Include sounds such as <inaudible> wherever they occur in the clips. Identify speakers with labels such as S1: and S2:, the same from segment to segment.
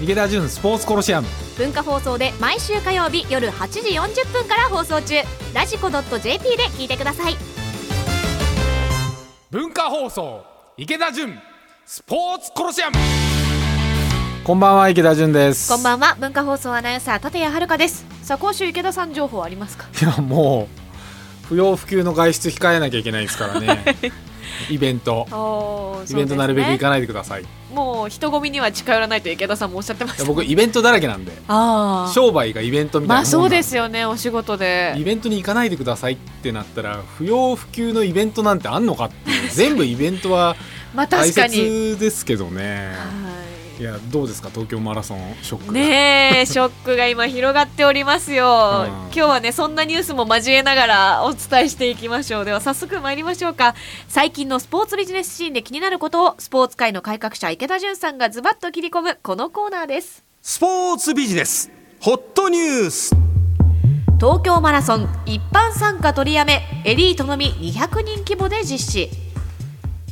S1: 池田純スポーツコロシアム
S2: 文化放送で毎週火曜日夜8時40分から放送中ラジコ .jp で聞いてください
S1: 文化放送池田純スポーツコロシアムこんばんは池田純です
S2: こんばんは文化放送アナウンサー立谷遥ですさあ今週池田さん情報ありますか
S1: いやもう不要不急の外出控えなきゃいけないです
S2: <laughs>
S1: からねイベント
S2: お
S1: イベントなるべく行かないでください、い
S2: もう人混みには近寄らないと池田さんもおっしゃってまし
S1: や
S2: た
S1: 僕イベントだらけなんで
S2: ああ
S1: 商売がイベントみたい
S2: ま
S1: な
S2: あそうですすよねお仕事
S1: イ
S2: で
S1: ベントに行かないでくださいってなったら不要不急のイベントなんてあんのかっていう全部イベントは
S2: まあ
S1: 大
S2: 確かに
S1: 切ですけどね
S2: はい
S1: いやどうですか東京マラソンショックが
S2: ねえショックが今広がっておりますよ、
S1: ん
S2: 今日はねそんなニュースも交えながらお <laughs> 伝えしていきましょうでは早速参りましょうか最近のスポーツビジネスシーンで気になることをスポーツ界の改革者池田純さんがズバッと切り込むこのコーナーです
S3: スポーツビジネスホットニュース
S2: 東京マラソン一般参加取りやめエリートのみ200人規模で実施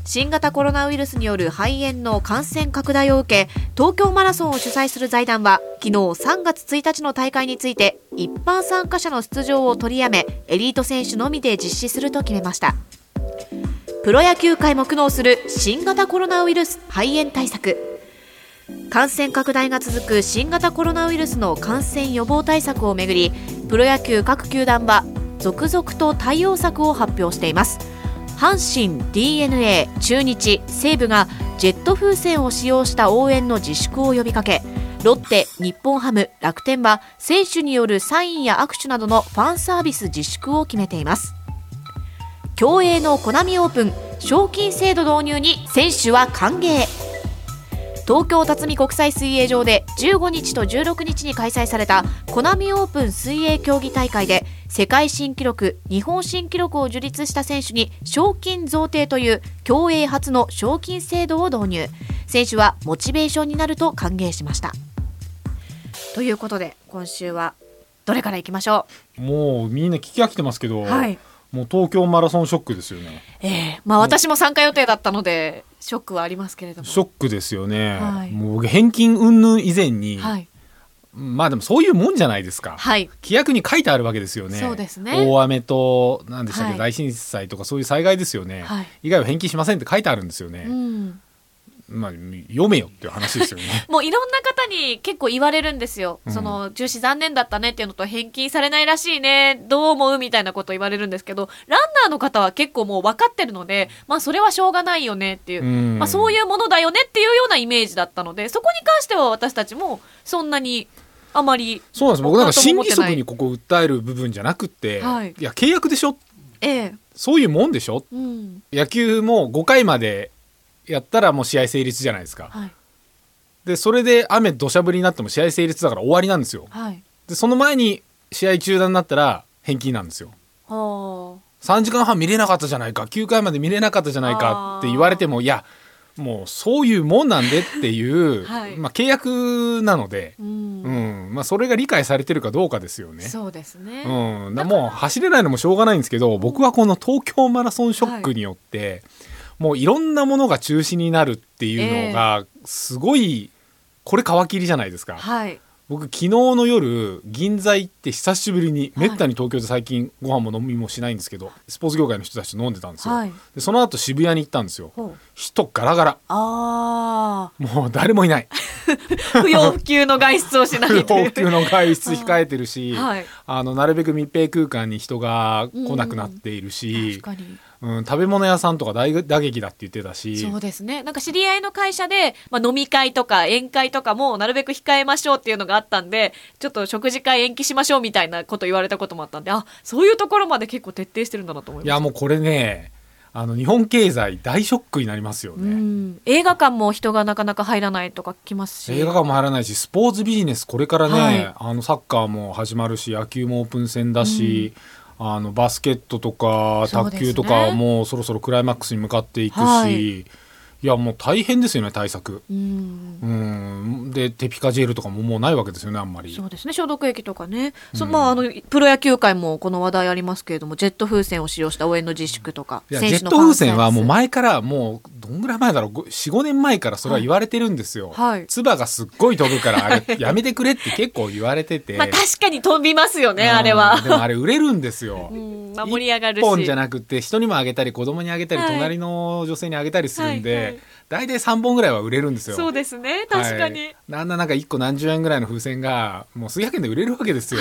S2: 新型コロナウイルスによる肺炎の感染拡大を受け東京マラソンを主催する財団は昨日3月1日の大会について一般参加者の出場を取りやめエリート選手のみで実施すると決めましたプロ野球界も苦悩する新型コロナウイルス肺炎対策感染拡大が続く新型コロナウイルスの感染予防対策をめぐりプロ野球各球団は続々と対応策を発表しています阪神 d n a 中日西武がジェット風船を使用した応援の自粛を呼びかけロッテ日本ハム楽天は選手によるサインや握手などのファンサービス自粛を決めています競泳のコナミオープン賞金制度導入に選手は歓迎東京辰巳国際水泳場で15日と16日に開催されたコナミオープン水泳競技大会で世界新記録日本新記録を樹立した選手に賞金贈呈という競泳初の賞金制度を導入選手はモチベーションになると歓迎しましたということで今週はどれからいきましょ
S1: もうみんな聞き飽きてますけど、
S2: うはい
S1: もう東京マラソンショックですよね
S2: ええまあ私も参加予定だったのでショックはありますけれども
S1: ショックですよね、
S2: はい
S1: もう僕返金云々以前に、
S2: はい
S1: まあでもそういうもんじゃないですか、
S2: はい
S1: 規約に書いてあるわけですよね
S2: そうですね
S1: 大雨と何でしたっけ、
S2: はい
S1: 大震災とかそういう災害ですよね、
S2: はい
S1: 以外は返金しませんって書いてあるんですよね、
S2: うん
S1: まあ読めよっていう話ですよね
S2: もういろんな方に結構言われるんですよ。
S1: うん
S2: その、中止残念だったねっていうのと、返金されないらしいね、どう思うみたいなこと言われるんですけど、ランナーの方は結構もう分かってるので、まあそれはしょうがないよねって <laughs> いう、
S1: うん
S2: まあそういうものだよねっていうようなイメージだったので、そこに関しては私たちもそんなにあまり、
S1: そうなんです僕なんか
S2: そう
S1: 新
S2: 思っ
S1: 規
S2: てない
S1: 則にここ訴える部分じゃなくって、
S2: はい
S1: や契約でしょ
S2: ええ、
S1: そういうもんでしょ
S2: うん、
S1: 野球も5回までやったらもう試合成立じゃないですか
S2: はい、
S1: でそれで雨土砂降りになっても試合成立だから終わりなんですよ
S2: はい。
S1: でその前に試合中断になったら返金なんですよ
S2: は
S1: 3時間半見れなかったじゃないか9回まで見れなかったじゃないかって言われてもいやもうそういうもんなんでっていう、
S2: はい
S1: まあ、契約なので、
S2: あ、うん、
S1: うんまあ、それが理解されてるかどうかですよね。
S2: そうですね。
S1: うん、なもう走れないのもしょうがないんですけど僕はこの東京マラソンショックによって、もういろんなものが中止になるっていうのがすごい、これ皮切りじゃないですか。
S2: はい、
S1: 僕昨日の夜銀座行って久しぶりに
S2: は
S1: め
S2: い
S1: ったに東京で最近ご飯も飲みもしないんですけどスポーツ業界の人たちと飲んでたんですよ、
S2: はい。
S1: でその後渋谷に行ったんですよ
S2: ほう
S1: 人ガラガラ
S2: あ
S1: もう誰もいない
S2: あ、不要不急の外出を <laughs> しないという。
S1: 東急の外出控えてるし、
S2: <laughs> はい。
S1: あのなるべく密閉空間に人が来なくなっている
S2: 確
S1: し、
S2: かに
S1: うん食べ物屋さんとか大打撃だって言ってたし
S2: そうですねなんか知り合いの会社で、まあ、飲み会とか宴会とかもなるべく控えましょうっていうのがあったんでちょっと食事会延期しましょうみたいなこと言われたこともあったんであそういうところまで結構徹底してるんだなと思い
S1: い
S2: ま
S1: や
S2: す
S1: もうこれねあの日本経済大ショックになりますよ
S2: う
S1: ね。
S2: ん映画館も人がなかなか入らないとか聞きますし
S1: 映画館も入らないしスポーツビジネスこれからね、
S2: はい
S1: あのサッカーも始まるし野球もオープン戦だし、あのバスケットとか
S2: そう
S1: 卓
S2: ですね
S1: 球とかもうそろそろクライマックスに向かっていくし、
S2: はい
S1: い、やもう大変ですよね対策。
S2: うん
S1: うんでテピカジェルとかももうないわけですよねあんまり
S2: そうですね消毒液とかね、そまあ、あのプロ野球界もこの話題ありますけれどもジェット風船を使用した応援の自粛とか
S1: いやジ
S2: 選
S1: ェ
S2: 手
S1: ッ
S2: の
S1: ト風船はもう
S2: ファンサー
S1: 前
S2: ビス
S1: からもうどんぐらい前だろう45年前からそれは言われてるんですよ。
S2: はい
S1: 唾がすっごい飛ぶからあれやめてくれって結構言われてて。
S2: まあ確かに飛びますよね、
S1: うん
S2: あれは。
S1: でもあれ売れるんですよ。
S2: <laughs> うんまあ盛り上がるし。
S1: 1本じゃなくて人にもあげたり子供にあげたり
S2: はい
S1: 隣の女性にあげたりするん
S2: はいはい
S1: で大体3本ぐらいは売れるんですよ。
S2: そうですね、確かに。
S1: はいあんななんか1個何十円ぐらいの風船がもう数百円で売れるわけですよ。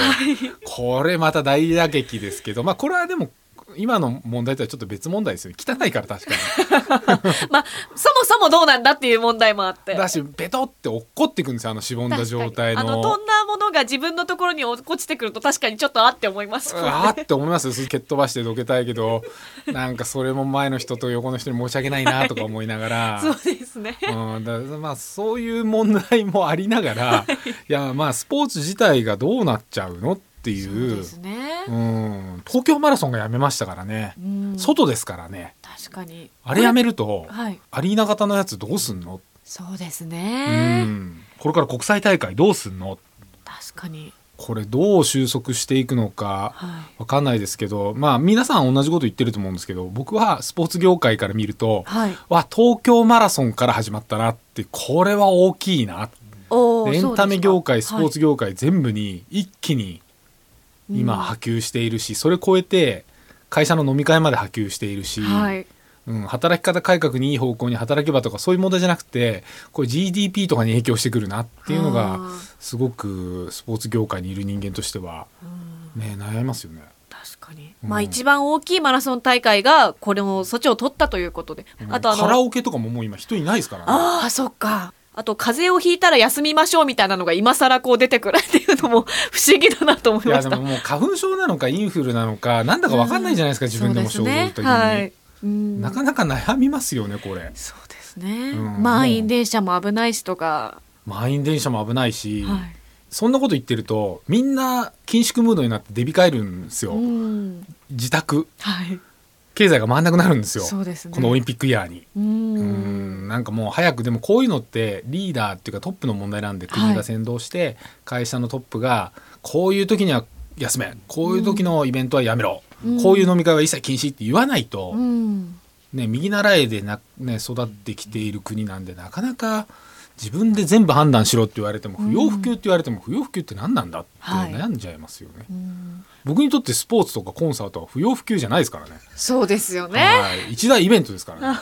S1: これまた大打撃ですけどまあこれはでも今の問題とはちょっと別問題ですよね汚いから確か
S2: <laughs>
S1: に。
S2: まあ、そもそもどうなんだっていう問題もあって。
S1: だしベトって落っこっていくんですよあのしぼんだ状態
S2: 確かにあの
S1: の。
S2: 飛んだものが自分のところに落ちてくると確かにちょっとあって思いますもんね
S1: あーって思いますよ蹴っ飛ばしてどけたいけどなんかそれも前の人と横の人に申し訳ないなとか思いながら。
S2: <laughs> そうですね、
S1: うん、だからまあそういう問題もありながら、い、やまあスポーツ自体がどうなっちゃうのっていう
S2: ね
S1: うん、東京マラソンがやめましたからね、
S2: うん
S1: 外ですからね
S2: 確かに
S1: あれやめると、
S2: はい
S1: アリーナ型のやつどうすんの、
S2: そうです
S1: う
S2: ね
S1: ん、これから国際大会どうすんの
S2: 確かに
S1: これどう収束していくのか、
S2: は
S1: わかんないですけど、まあ皆さん同じこと言ってると思うんですけど、僕はスポーツ業界から見ると、
S2: はい
S1: わ、東京マラソンから始まったなって、これは大きいな。
S2: おー
S1: エンタメ業界、スポーツ
S2: そうですか
S1: 業界全部に一気に今
S2: は
S1: 波及しているし、それ超えて会社の飲み会まで波及しているし、
S2: い、うんはい
S1: うん、働き方改革にいい方向に働けばとかそういう問題じゃなくて、これ GDP とかに影響してくるなっていうの
S2: あ
S1: が
S2: ー、
S1: すごくスポーツ業界にいる人間としては、
S2: うん
S1: ね、悩みますよね。
S2: 確かに、
S1: うん
S2: まあ一番大きいマラソン大会がこれの措置を取ったということで、あとあ
S1: カラ
S2: の
S1: オケとかももう今人いないですからね。
S2: ああそっかあと風邪をひいたら休みましょうみたいなのが今更こう出てくるっていうのも不思議だなと思い
S1: い
S2: ま
S1: や
S2: し
S1: で
S2: た
S1: ももう花粉症なのかインフルなのかなんだかわかんないじゃないですか、自分でも症
S2: そう
S1: 状
S2: すね
S1: というのに、
S2: はいうん
S1: なかなか悩みますよねこれ
S2: そうですね、
S1: うん
S2: 満員電車も危ないしとか、
S1: 満員電車も危ないし、
S2: はい
S1: そんなこと言ってるとみんな緊縮ムードになって出控えるんですよ、
S2: うん
S1: 自宅
S2: はい、
S1: 経済が回んなくなるんですよ
S2: そうですね
S1: このオリンピックイヤーに。
S2: うん
S1: うんなんかもう早くでもこういうのってリーダーっていうかトップの問題なんで
S2: は
S1: 国
S2: い
S1: が先導して会社のトップがこういう時には休めこういう時のイベントはやめろ、
S2: うん
S1: こういう飲み会は一切禁止って言わないと、
S2: うん
S1: ね、右習いでな、ね、育ってきている国なんでなかなか自分で全部判断しろって言われても不要不急って言われても不要不急って何なんだって
S2: はい
S1: 悩んじゃいますよね、
S2: うん
S1: 僕にとってスポーツとかコンサートは不要不急じゃないですからね
S2: そうですよね、
S1: はい一大イベントですからね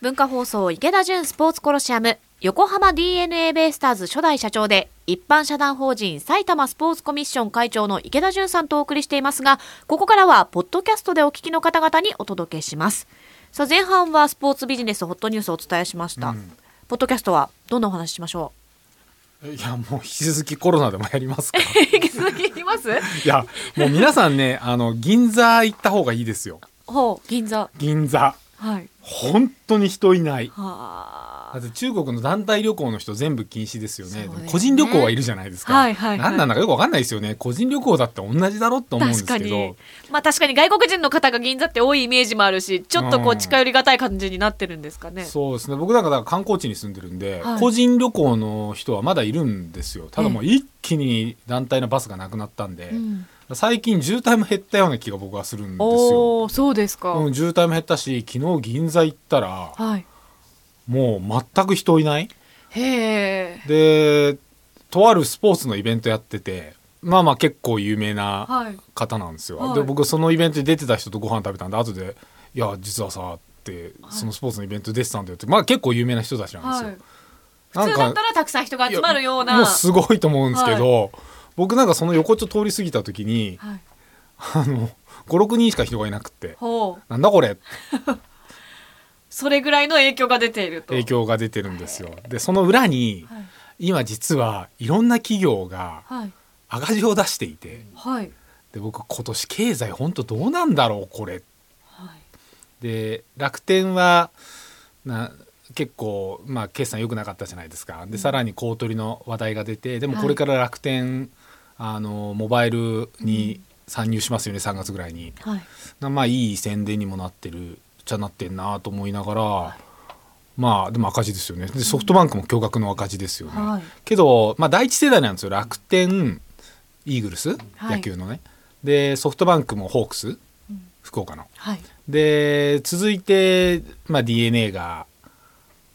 S2: 文化放送池田純スポーツコロシアム横浜 DNA ベイスターズ初代社長で一般社団法人埼玉スポーツコミッション会長の池田純さんとお送りしていますがここからはポッドキャストでお聞きの方々にお届けしますさあ前半はスポーツビジネスホットニュースをお伝えしました、
S1: うん
S2: ポッドキャストはどんなお話ししましょ <laughs>
S1: いやもう引き続きコロナでもやりますか
S2: う引き続きいきま
S1: <laughs>
S2: す
S1: いやもう皆さんねあの銀座行った方がいいですよ
S2: ほう銀座
S1: 銀座
S2: はい
S1: 本当に人いない
S2: は
S1: だって中国の団体旅行の人全部禁止ですよね
S2: そうですね
S1: 個人旅行はいるじゃないですか、
S2: はいはいはい
S1: 何なんだかよくわかんないですよね個人旅行だって同じだろって思うんです
S2: 確か
S1: けど
S2: にまあ確かに外国人の方が銀座って多いイメージもあるしちょっとこ
S1: う
S2: うん近寄りがたい感じになってるんですかね
S1: そうですね僕なんかだから観光地に住んでるんで、
S2: はい
S1: 個人旅行の人はまだいるんですよただもう一気に団体のバスがなくなったんで、
S2: うん
S1: 最近渋滞も減ったような気が僕はするんですよ、
S2: おーそうですか、
S1: うん、渋滞も減ったし昨日銀座行ったら
S2: はい
S1: もう全く人いない
S2: へえ
S1: でとあるスポーツのイベントやっててまあまあ結構有名な
S2: はい
S1: 方なんですよ、
S2: はい
S1: で僕そのイベントに出てた人とご飯食べたんで後で「いや実はさ」ってそのスポーツのイベント出てたんだよって、まあ結構有名な人たちなん
S2: は
S1: で
S2: い
S1: すよ、
S2: 普通だ
S1: な
S2: っ
S1: ん
S2: た
S1: から
S2: たくさん人が集まるよう
S1: もう
S2: な
S1: すごいと思うんですけど、僕なんかその横丁通り過ぎた時に
S2: はい、
S1: あの56人しか人がいなくて
S2: ほう
S1: なんだこれ
S2: それぐらいの影響が出ていると
S1: 影響が出てるんですよでその裏に
S2: はい
S1: 今実はいろんな企業が
S2: はい
S1: 赤字を出していて
S2: はい
S1: で僕今年経済本当どうなんだろうこれって
S2: はい
S1: で楽天はな結構、まあ、決算良くなかったじゃないですかでさらに公取の話題が出てでも
S2: はい
S1: これから楽天、あのモバイルに参入しますよね、3月ぐらいに
S2: はい
S1: なまあいい宣伝にもなってるじゃなってんなと思いながら、まあでも赤字ですよねでソフトバンクも巨額の赤字ですよね、
S2: はい
S1: けど、まあ、第一世代なんですよ楽天イーグルス、
S2: はい
S1: 野球のねでソフトバンクもホークス、福岡の。
S2: はい。
S1: で続いて、まあ、DNA が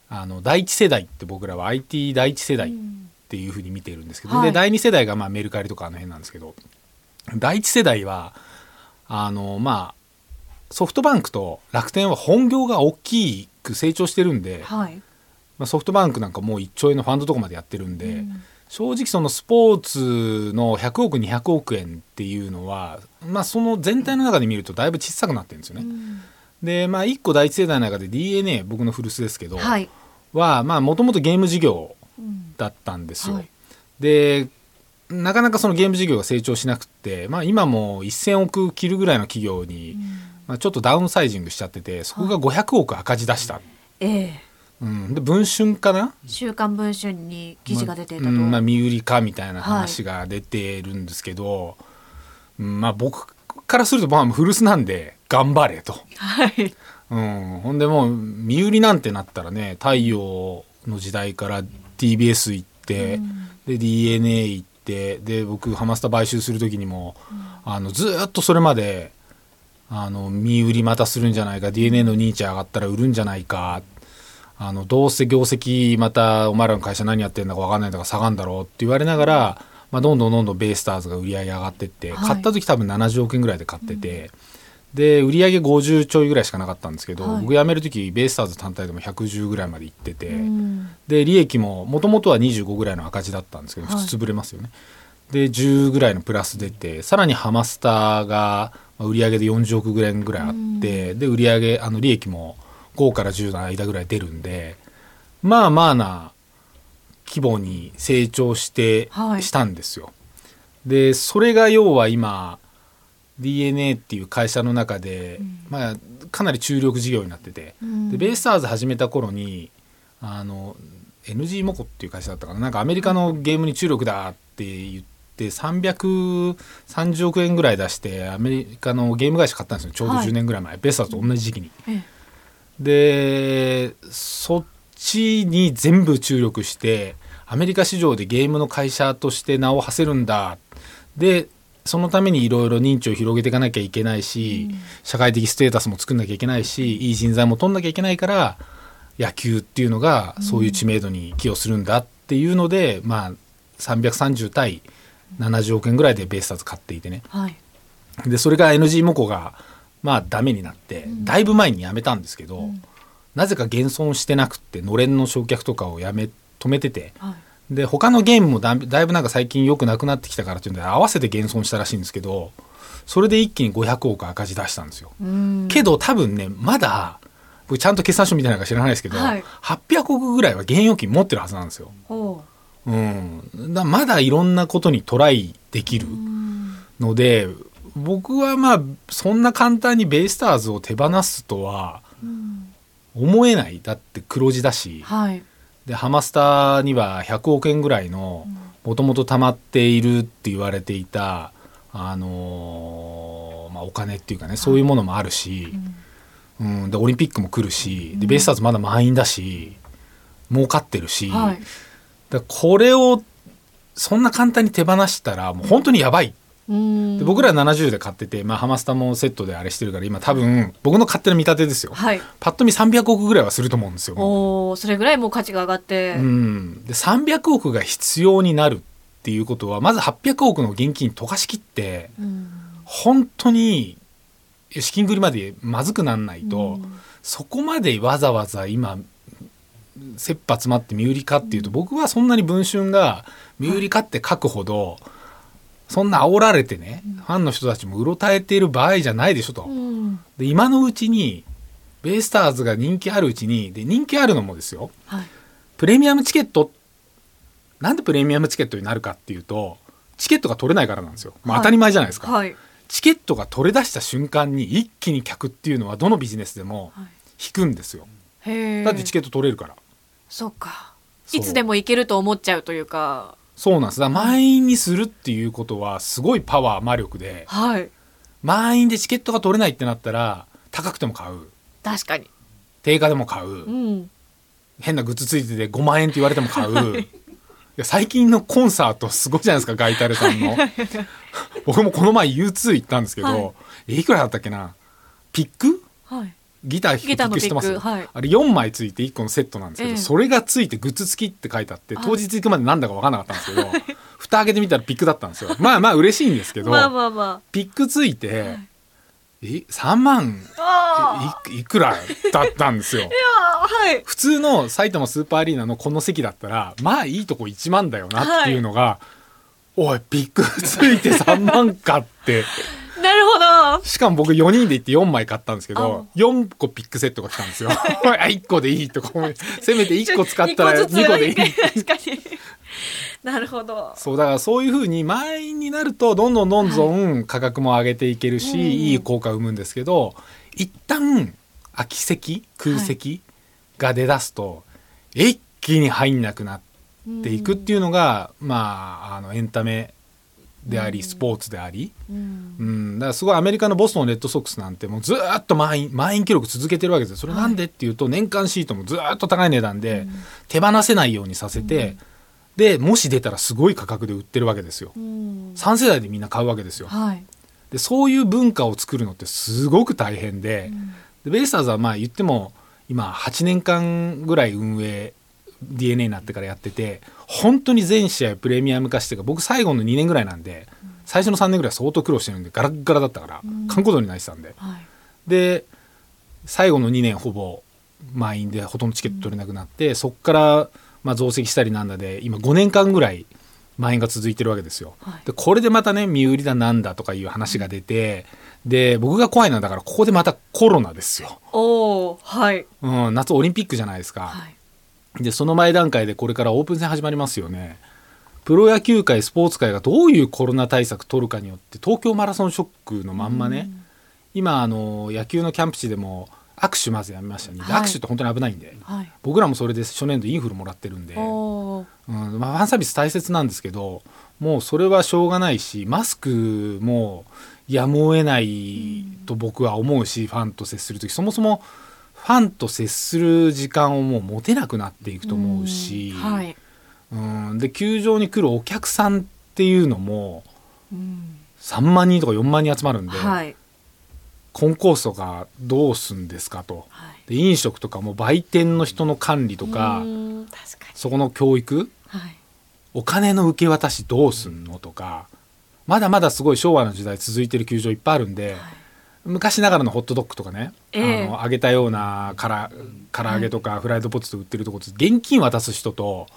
S1: あの第一世代って僕らは IT 第一世代っていうふうに見てるんですけど、
S2: うんはい
S1: で第二世代がまあメルカリとかあの辺なんですけど第一世代はあのまあソフトバンクと楽天は本業が大きく成長してるんで、
S2: はい。
S1: まあ、ソフトバンクなんかもう1兆円のファンドとかまでやってるんで、
S2: うん
S1: 正直そのスポーツの100億200億円っていうのは、まあ、その全体の中で見るとだいぶ小さくなってるんですよね。でまあ1個第一世代の中で DNA 僕の古巣ですけど、
S2: はい。
S1: はまあもともとゲーム事業
S2: うん
S1: だったんですよ。
S2: はい
S1: でなかなかそのゲーム事業が成長しなくって、まあ、今も1,000億切るぐらいの企業に、まあ、ちょっとダウンサイジングしちゃっててそこが500億赤字出した、
S2: ええ。
S1: うん、で文春かな
S2: 週刊文春に記事が出ていたと。
S1: うんまあ、身売りかみたいな話が出てるんですけど、うんまあ、僕からするとまあ古巣なんで頑張れと。
S2: はい。
S1: うん、ほんでもう身売りなんてなったらね太陽の時代から TBS 行って、で DNA 行ってで僕ハマスタ買収する時にも、あのずーっとそれまであの身売りまたするんじゃないか DNA の認知上がったら売るんじゃないかあのどうせ業績またお前らの会社何やってんだか分かんないとか下がんだろうって言われながら、まあ、どんどんどんどんベイスターズが売り上げ上がってって、
S2: はい
S1: 買った時多分70億円ぐらいで買ってて。で売り上げ50ちょいぐらいしかなかったんですけど、
S2: はい
S1: 僕辞める時ベイスターズ単体でも110ぐらいまで行ってて、
S2: うん
S1: で利益ももともとは25ぐらいの赤字だったんですけど
S2: はい
S1: 普通潰れますよね、で10ぐらいのプラス出てさらにハマスターがまあ売り上げで40億ぐらいぐらいあって、で売り上げあの利益も5から10の間ぐらい出るんでまあまあな規模に成長して、
S2: はい
S1: したんですよ。でそれが要は今 DNA っていう会社の中で、まあ、かなり注力事業になってて、
S2: うん
S1: でベイスターズ始めた頃にあの NG モコっていう会社だったかななんかアメリカのゲームに注力だって言って330億円ぐらい出してアメリカのゲーム会社買ったんですよちょうど
S2: はい
S1: 10年ぐらい前、ベイスターズと同じ時期に。
S2: ええ
S1: でそっちに全部注力してアメリカ市場でゲームの会社として名を馳せるんだでそのためにいろいろ認知を広げていかなきゃいけないし、社会的ステータスも作んなきゃいけないしいい人材も取んなきゃいけないから野球っていうのがそういう知名度に寄与するんだっていうので、まあ330対70億円ぐらいでベイスターズ買っていてね
S2: はい。
S1: でそれが NG モコがまあダメになって、だいぶ前に辞めたんですけど、なぜか減損してなくってのれんの焼却とかをやめ止めてて
S2: はい。
S1: で他のゲームもだだいぶなんか最近良くなくなってきたからっていうんで合わせて減損したらしいんですけどそれで一気に500億赤字出したんですよ。
S2: うん。
S1: けど多分ねまだ僕ちゃんと決算書みたいなのか知らないですけど、
S2: はい
S1: 800億ぐらいは現預金持ってるはずなんですよ。
S2: ほ
S1: うん、だまだいろんなことにトライできる。
S2: う。うん
S1: ので僕はまあそんな簡単にベイスターズを手放すとは
S2: うん
S1: 思えないだって黒字だし
S2: はい。
S1: でハマスターには100億円ぐらいのもともと溜まっているって言われていた、あのーまあ、お金っていうかねそういうものもあるし、うん、でオリンピックも来るしでベイスターズまだ満員だし儲かってるし、
S2: はい。
S1: だからこれをそんな簡単に手放したらもう本当にやばい
S2: うん
S1: で僕ら70で買ってて、まあ、ハマスタもセットであれしてるから今多分僕の勝手な見立てですよ、
S2: はい。
S1: パッと見300億ぐらいはすると思うんですよ。も
S2: おお、それぐらいもう価値が上がっ
S1: う
S2: て。
S1: うん、で300億が必要になるっていうことはまず800億の現金溶かしきって
S2: うん
S1: 本当に資金繰りまでまずくなんないと、
S2: うん
S1: そこまでわざわざ今切羽詰まって身売りかっていうと、僕はそんなに文春が身売りかって書くほど、そんな煽られてね、ファンの人たちもうろたえている場合じゃないでしょと。
S2: うん。
S1: で今のうちにベイスターズが人気あるうちにで人気あるのもですよ
S2: はい。
S1: プレミアムチケットなんでプレミアムチケットになるかっていうとチケットが取れないからなんですよ、まあ、
S2: はい
S1: 当たり前じゃないですか、
S2: はい。
S1: チケットが取れ出した瞬間に一気に客っていうのはどのビジネスでも
S2: はい
S1: 引くんですよ、
S2: へえ。
S1: だってチケット取れるから
S2: そうか。
S1: そう
S2: いつでも行けると思っちゃうというか。
S1: そうなんですだから満員にするっていうことはすごいパワー魔力で
S2: はい。
S1: 満員でチケットが取れないってなったら高くても買う
S2: 確かに。
S1: 定価でも買う、
S2: うん。 <laughs>
S1: 変なグッズついてて5万円って言われても買う、い、や最近のコンサートすごいじゃないですかガ
S2: <laughs>
S1: イタレさんの僕もこの前 U2 行ったんですけど、
S2: はい
S1: えいくらだったっけなピック
S2: はい。
S1: ギター弾くピ
S2: ギター
S1: ッ
S2: の
S1: ク
S2: ピ
S1: して
S2: ッ
S1: ます
S2: ク、はい。
S1: あれ4枚ついて1個のセットなんですけど、
S2: ええ
S1: それがついてグッズ付きって書いてあって
S2: はい
S1: 当日行くまでなんだか分からなかったんですけど、 <laughs> 蓋開けてみたらピックだったんですよまあまあ嬉しいんですけど
S2: まあまあま
S1: ピックついて、え3万
S2: あ。ああ。
S1: いいくらだったん
S2: <laughs>
S1: ですよ
S2: いやー
S1: 普通の埼玉スーパーアリーナのこの席だったらまあいいとこ1万だよなっていうのが、おいピックついて3万かって。
S2: はい。なるほど。
S1: しかも僕4人で行って4枚買ったんですけど
S2: あ
S1: 4個ピックセットが来たんですよ。 <laughs> あ1個でいいとか思いせめて1個使ったら
S2: 2
S1: 2個
S2: <laughs>
S1: でいい。
S2: 確かに。 <laughs> なるほど。
S1: そうだからそういうふうに満員になるとどんどんどんどん価格も上げていけるし、
S2: うんうん
S1: い、い効果を生むんですけど一旦空き席空席が出だすと、一気に入んなくなっていくっていうのが、まああのエンタメでありスポーツであり、
S2: うん。
S1: うん、だからすごいアメリカのボストンレッドソックスなんてもうずーっと満員満員記録続けてるわけですよそれなんでっていうと年間シートもずーっと高い値段で手放せないようにさせて、でもし出たらすごい価格で売ってるわけですよ
S2: うん。
S1: 3世代でみんな買うわけですよ
S2: はい。
S1: でそういう文化を作るのってすごく大変で,、でベイスターズはまあ言っても今8年間ぐらい運営 DNA になってからやってて本当に全試合プレミアム化してか僕最後の2年ぐらいなんで最初の3年ぐらい相当苦労してるんでガラッガラだったから
S2: うん
S1: 観光度に泣いてたんで
S2: はい。
S1: で最後の2年ほぼ満員でほとんどチケット取れなくなってそこからまあ増席したりなんだで今5年間ぐらい満員が続いてるわけですよ。
S2: はい
S1: でこれでまたね身売りだなんだとかいう話が出てで僕が怖いのはだからここでまたコロナですよ、
S2: おお。はい。
S1: うん、夏オリンピックじゃないですか、
S2: はい。
S1: でその前段階でこれからオープン戦始まりますよねプロ野球界スポーツ界がどういうコロナ対策取るかによって東京マラソンショックのまんまね、今あの野球のキャンプ地でも握手まずやめましたね、
S2: はい
S1: 握手って本当に危ないんで
S2: はい。
S1: 僕らもそれで初年度インフルもらってるんで、
S2: おお。
S1: うんまあ、ファンサービス大切なんですけどもうそれはしょうがないしマスクもやむを得ないと僕は思うし、ファンと接する時そもそもファンと接する時間をもう持てなくなっていくと思うし、
S2: んはい。
S1: うんで球場に来るお客さんっていうのも
S2: うん。
S1: 3万人とか4万人集まるんで、
S2: はい。
S1: コンコースとかどうすんですかと
S2: はい。
S1: で飲食とかも売店の人の管理とか、
S2: うん確かに。
S1: そこの教育
S2: はい。
S1: お金の受け渡しどうすんのとかまだまだすごい昭和の時代続いてる球場いっぱいあるんで、昔ながらのホットドッグとかね、
S2: ええ
S1: あの揚げたようなから唐揚げとかフライドポテト売ってるとこって現金渡す人と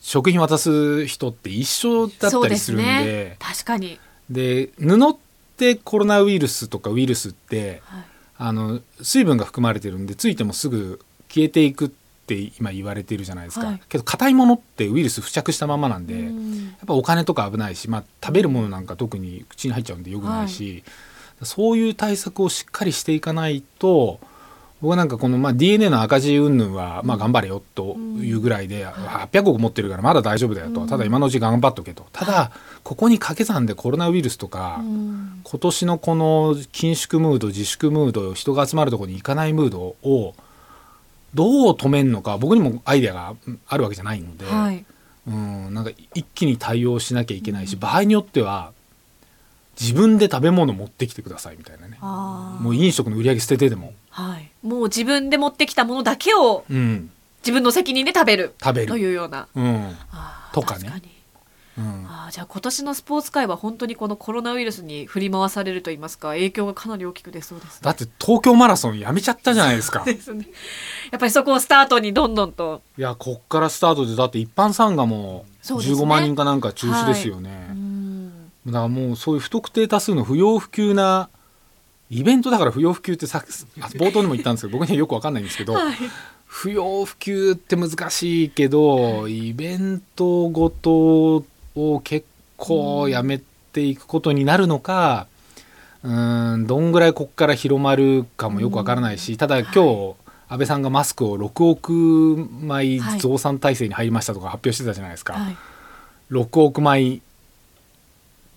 S1: 食品渡す人って一緒だっ
S2: そう
S1: た
S2: で
S1: り
S2: す
S1: するん
S2: ね
S1: で。
S2: 確かに。
S1: で布ってコロナウイルスとかウイルスって
S2: はい。
S1: あの水分が含まれてるんでついてもすぐ消えていくって今言われてるじゃないですか、
S2: はい
S1: けど硬いものってウイルス付着したままなんで。
S2: うん
S1: やっぱお金とか危ないし、まあ、食べるものなんか特に口に入っちゃうんでよくないし、そういう対策をしっかりしていかないと僕はなんかこの、まあ、DNA の赤字云々は、まあ、頑張れよというぐらいで、800億持ってるからまだ大丈夫だよと、
S2: うん
S1: ただ今のうち頑張っとけとただここに掛け算でコロナウイルスとか、
S2: うん
S1: 今年のこの緊縮ムード自粛ムード人が集まるところに行かないムードをどう止めるのか僕にもアイデアがうんあるわけじゃないので。
S2: はい。
S1: うん、なんか一気に対応しなきゃいけないし、場合によっては自分で食べ物持ってきてくださいみたいなね
S2: ああ。
S1: もう飲食の売り上げ捨ててでも、
S2: はい。もう自分で持ってきたものだけを
S1: うん、
S2: 自分の責任で食べる。
S1: 食べる
S2: というような。
S1: うん
S2: あー
S1: とかね
S2: 確かに。
S1: うん、
S2: あーじゃあ今年のスポーツ界は本当にこのコロナウイルスに振り回されると言いますか影響がかなり大きく出そうですね。
S1: だって東京マラソンやめちゃったじゃない
S2: <laughs>
S1: ですか
S2: ですね。やっぱりそこをスタートにどんどんと。
S1: いやこっからスタートでだって一般参賀も
S2: そうですね
S1: 15万人かなんか中止ですよね
S2: うん
S1: だからもうそういう不特定多数の不要不急なイベントだから不要不急ってさあ冒頭にも言ったんですけど僕にはよくわかんないんですけど、
S2: はい。
S1: 不要不急って難しいけどイベントごとを結構やめていくことになるのかうーんどんぐらいここから広まるかもよくわからないしただ今日、安倍さんがマスクを6億枚
S2: はい
S1: 増産体制に入りましたとか発表してたじゃないですか、
S2: はい。
S1: 6億枚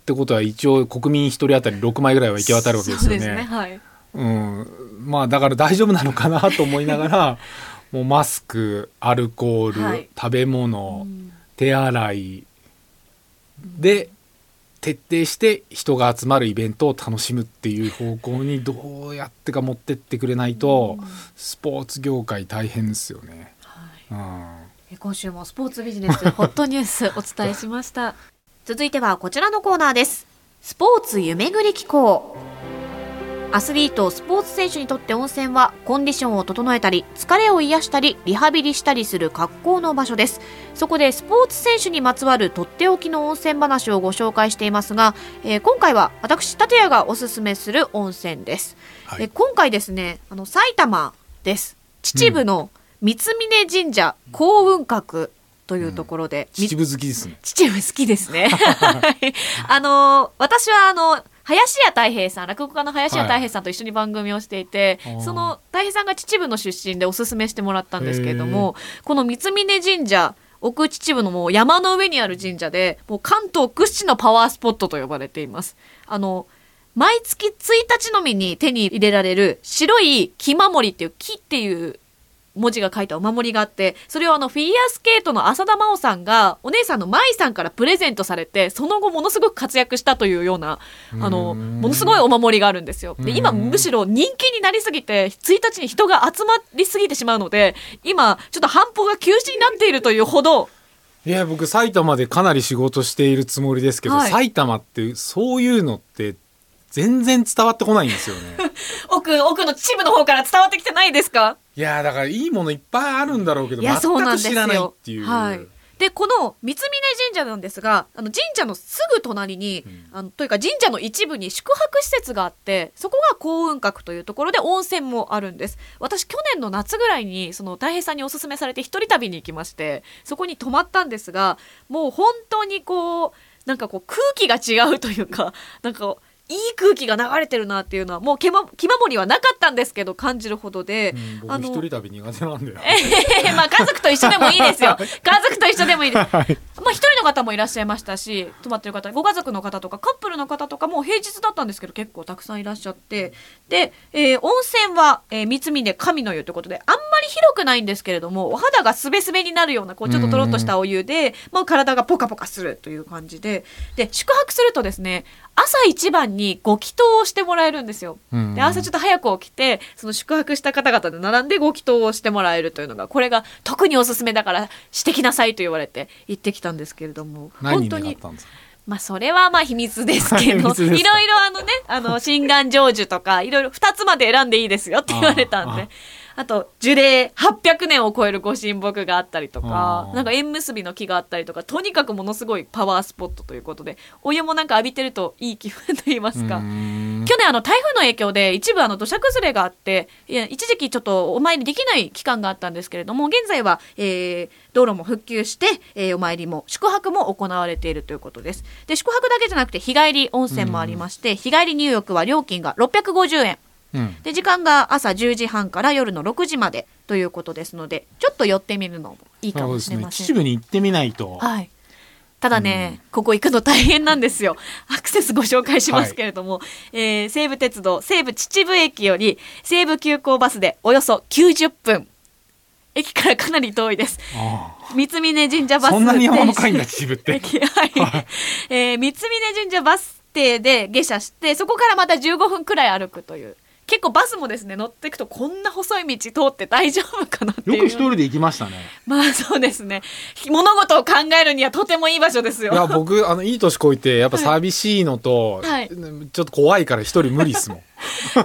S1: ってことは一応国民1人当たり6枚ぐらいは行き渡るわけですよ
S2: そうですね。はい。
S1: うん、まあだから大丈夫なのかなと思いながら
S2: <laughs>
S1: もうマスクアルコール、
S2: はい
S1: 食べ物、
S2: うん
S1: 手洗いで徹底して人が集まるイベントを楽しむっていう方向にどうやってか持ってってくれないと、スポーツ業界大変ですよね。
S2: はい
S1: うん
S2: え今週もスポーツビジネスホットニュースお伝えしました <laughs> 続いてはこちらのコーナーですスポーツ夢ぐり機構アスリートスポーツ選手にとって温泉はコンディションを整えたり疲れを癒したりリハビリしたりする格好の場所ですそこでスポーツ選手にまつわるとっておきの温泉話をご紹介していますが、えー今回は私立谷がおすすめする温泉です、
S1: はい
S2: えー今回ですねあの埼玉です秩父の三峯神社幸運閣というところで、み
S1: 秩父好きですね。
S2: 秩父好きですね。はい <laughs> あの、私はあの、林家太平さん、落語家の林家太平さんと一緒に番組をしていて、
S1: はい
S2: その太平さんが秩父の出身でおすすめしてもらったんですけれども、この三峯神社、奥秩父のもう山の上にある神社で、もう関東屈指のパワースポットと呼ばれています。あの、毎月1日のみに手に入れられる白い木守りっていう木っていう文字が書いたお守りがあって、それをあのフィギュアスケートの浅田真央さんがお姉さんの舞さんからプレゼントされて、その後ものすごく活躍したというような、あの、
S1: うん
S2: ものすごいお守りがあるんですよ。で、今
S1: うん
S2: むしろ人気になりすぎて、1日に人が集まりすぎてしまうので、今ちょっと半歩が休止になっているというほど、
S1: いや僕埼玉でかなり仕事しているつもりですけど、
S2: はい
S1: 埼玉ってそういうのって全然伝わってこないんですよね。
S2: 奥、奥のチームの方から伝わってきてないですか
S1: いやだからいいものいっぱいあるんだろうけど
S2: いや、そう
S1: 全
S2: なん
S1: く
S2: です
S1: 知らないっ
S2: よ
S1: ていう。
S2: はい。で、この三峯神社なんですが、あの神社のすぐ隣に、
S1: ん
S2: あのというか神社の一部に宿泊施設があって、そこが幸運閣というところで温泉もあるんです。私、去年の夏ぐらいに、その太平さんにお勧めされて一人旅に行きまして、そこに泊まったんですが、もう本当にこう、なんかこう空気が違うというか、 <laughs> なんか、いい空気が流れてるなっていうのは、もう気ま、気まもりはなかったんですけど、感じるほどで、
S1: うん
S2: あ
S1: 僕
S2: の
S1: 一人旅苦手なんだよ。
S2: えー <laughs> まあ家族と一緒でもいい <laughs> ですよ。家族と一緒でもいい <laughs> です。まあ一人の方もいらっしゃいましたし、泊まってる方、ご家族の方とかカップルの方とかもう平日だったんですけど結構たくさんいらっしゃって。で、えー温泉は、えー三峰で神の湯ということで、あんまり広くないんですけれども、お肌がすべすべになるような、こうちょっととろっとしたお湯で、もう体がポカポカするという感じで。で、宿泊するとですね、朝一番にご祈祷をしてもらえるんですよ。
S1: うん
S2: で朝ちょっと早く起きてその宿泊した方々で並んでご祈祷をしてもらえるというのがこれが特におすすめだからしてきなさいと言われて行ってきたんですけれども
S1: 何
S2: 本
S1: 人
S2: 当
S1: で買っ
S2: に
S1: たんですか。
S2: まあそれはまあ秘密ですけ
S1: <laughs> 秘
S2: ど
S1: 密ですか
S2: いろいろあのねあの心願成就とかいろいろ2つまで選んでいいですよって言われたん
S1: あ
S2: で。あと、樹齢800年を超えるご神木があったりとか
S1: あ、ー
S2: なんか縁結びの木があったりとか、とにかくものすごいパワースポットということで、お湯もなんか浴びてるといい気分と言いますか
S1: う。ん
S2: 去年あの台風の影響で一部あの土砂崩れがあっていや一時期ちょっとお参りできない期間があったんですけれども現在は、えー道路も復旧して、えーお参りも宿泊も行われているということですで宿泊だけじゃなくて日帰り温泉もありまして、日帰り入浴は料金が650円
S1: うん
S2: で時間が朝10時半から夜の6時までということですのでちょっと寄ってみるのもいいか
S1: そう
S2: も
S1: で
S2: し
S1: す
S2: れ
S1: ね
S2: ません、
S1: 秩父に行ってみないと。
S2: はい。ただね、ここ行くの大変なんで
S1: <laughs>
S2: すよ。アクセスご紹介しますけれども、えー西武鉄道西武秩父駅より西武急行バスでおよそ90分。駅からかなり遠いです。
S1: ああ
S2: 三峯神社バス停
S1: そんなに山深いんだ秩父って
S2: 駅はい。えー三峯神社バス停で下車して、そこからまた15分くらい歩くという。結構バスもですね、乗っていくとこんな細い道通って大丈夫かなっていう。
S1: よく一人で行きましたね。
S2: まあそうですね。物事を考えるにはとてもいい場所です
S1: いや
S2: よ。
S1: 僕あのいい年こいてやっぱ寂しいのと、
S2: はい
S1: ちょっと怖いから一人無理っすもん。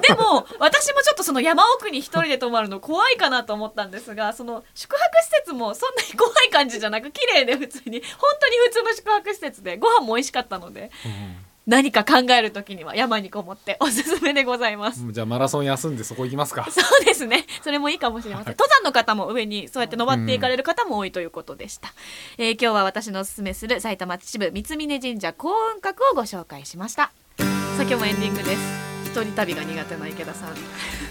S2: でも、私もちょっとその山奥に一人で泊まるの怖いかなと思ったんですが、その宿泊施設もそんなに怖い感じじゃなく、綺麗で普通に、本当に普通の宿泊施設で、ご飯も美味しかったので、何か考えるときには山にこもっておすすめでございます。
S1: うんじゃあマラソン休んでそこ行きますか。
S2: <laughs> そうですね。それもいいかもしれません。登山の方も上にそうやって登っていかれる方も多いということでした。えー今日は私のおすすめする埼玉秩父三峯神社幸運閣をご紹介しました。さあ今日もエンディングです。一人旅が苦手な池田さん。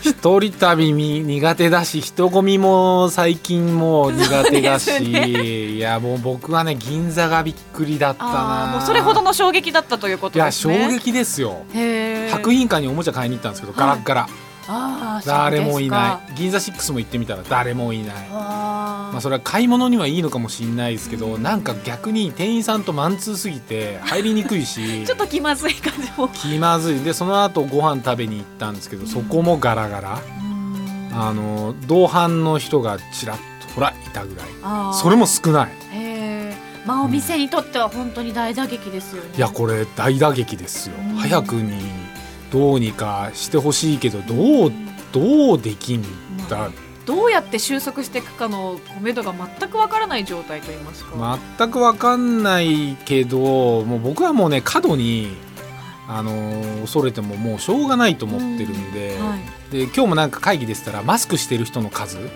S1: 一人旅み苦手だし人混みも最近もう苦手だ
S2: <laughs> そう
S1: し、いやもう僕はね銀座がびっくりだった
S2: ああ
S1: な
S2: ー、もうそれほどの衝撃だったというこ
S1: い
S2: とで
S1: や
S2: す
S1: 衝
S2: ね。
S1: 撃ですよ
S2: へー
S1: 博品館におもちゃ買いに行ったんですけどガラッガラ、
S2: ああ
S1: 誰もいない銀座6も行ってみたら誰もいない
S2: あー、
S1: まあ、それは買い物にはいいのかもしれないですけど、なんか逆に店員さんとマンツーすぎて入りにくいし
S2: <laughs> ちょっと気まずい感じも
S1: 気まずいでその後ご飯食べに行ったんですけどそこもガラガラ、あの同伴の人がちらっとほらいたぐらい
S2: あー
S1: それも少ない
S2: へえまあお店にとっては本当に大打撃ですよね
S1: いやこれ大打撃ですよ、
S2: うん
S1: 早くにどうにかしてほしいけどどうどうできんだ
S2: どうやって収束していくかの目処が全くわからない状態と言いますか、
S1: 全く分かんないけどもう僕はもうね過度に、あのー恐れてももうしょうがないと思ってるんで,、
S2: はい
S1: で今日もなんか会議でしたらマスクしてる人の数
S2: はい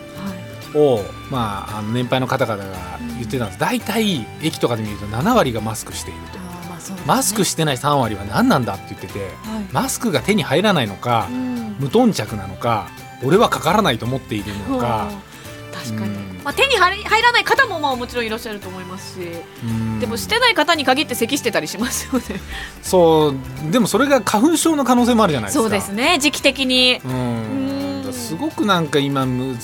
S1: を、まあ、あの年配の方々が言ってたんです大体駅とかで見ると7割がマスクしていると
S2: あーまあそうですね
S1: マスクしてない3割は何なんだって言ってて
S2: はい
S1: マスクが手に入らないのか
S2: うん
S1: 無頓着なのか俺はかからないと思っているのか
S2: うん確かに、
S1: うん
S2: まあ、手に入り入らない方もまあもちろんいらっしゃると思いますし
S1: うん
S2: でもしてない方に限って咳してたりしますよね
S1: そうでもそれが花粉症の可能性もあるじゃないですか。
S2: <laughs> そうですね時期的に
S1: うん
S2: うん
S1: すごくなんか今難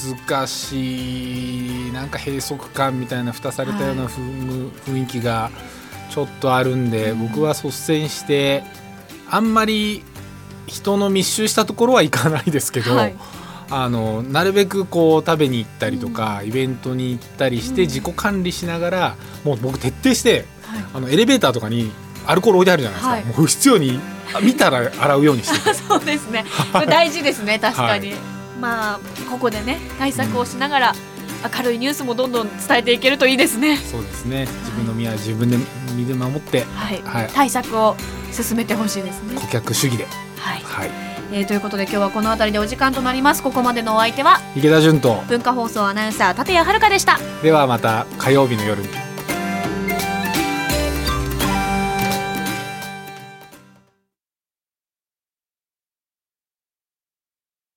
S1: しいなんか閉塞感みたいな蓋されたような
S2: は
S1: ふむ雰囲気がちょっとあるんで、僕は率先してあんまり人の密集したところは行かないですけど、
S2: はい
S1: あのなるべくこう食べに行ったりとか、イベントに行ったりして自己管理しながら、もう僕徹底して
S2: はい
S1: あのエレベーターとかにアルコール置いてあるじゃないですか、
S2: はい
S1: もう不必要にあ見たら洗うようにして <laughs> て
S2: そうですね。これ大事ですね、確かに。
S1: は
S2: まあ、ここでね、対策をしながら、明るいニュースもどんどん伝えていけるといいですね。
S1: そうですね自分の身は自分で身で守って
S2: はい、
S1: はい
S2: 対策を進めてほしいですね。
S1: 顧客主義で
S2: はい、
S1: はい
S2: えーということで、今日はこのあたりでお時間となります。ここまでのお相手は、
S1: 池田純と
S2: 文化放送アナウンサー立谷遥香でした。
S1: ではまた火曜日の夜